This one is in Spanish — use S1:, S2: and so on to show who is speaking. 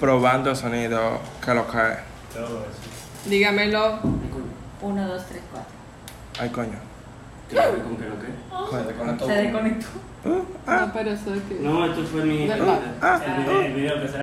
S1: probando sonido, que lo que es.
S2: Todo eso.
S3: Dígamelo.
S4: Uno, dos, tres, cuatro.
S1: Ay, coño.
S5: ¿Qué? ¿Con qué? ¿Con qué?
S1: Coño, te conectó.
S4: Se desconectó.
S1: Uh, ah.
S3: No, pero eso es que.
S5: No, esto fue mi.
S3: Del bar.
S1: Ah,
S2: El video- el video que se